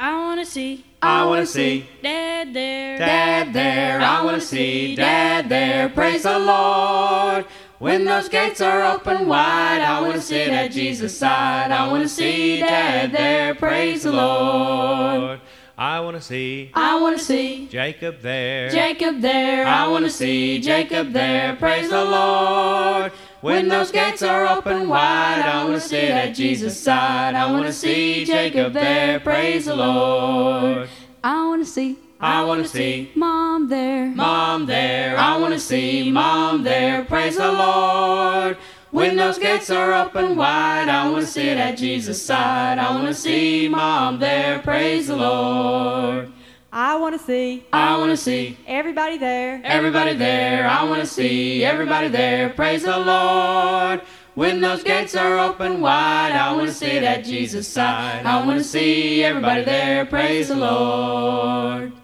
wanna see I wanna see Dad there. Dad there, I wanna see Dad there, praise the Lord. When those gates are open wide, I wanna sit at Jesus' side. I wanna see Dad there, praise the Lord. I wanna see I wanna see Jacob there. Jacob there. I want to see Jacob there, praise the Lord. When those gates are open wide, I want to sit at Jesus' side. I want to see Jacob there, praise the Lord. I wanna see I want to see Mom there. Mom there, I want to see Mom there, praise the Lord. When those gates are open wide, I want to sit at Jesus' side. I want to see Mom there, praise the Lord. I want to see I want to see everybody there. Everybody there, I want to see everybody there, praise the Lord. When those gates are open wide, I want to sit at Jesus' side. I want to see everybody there, praise the Lord.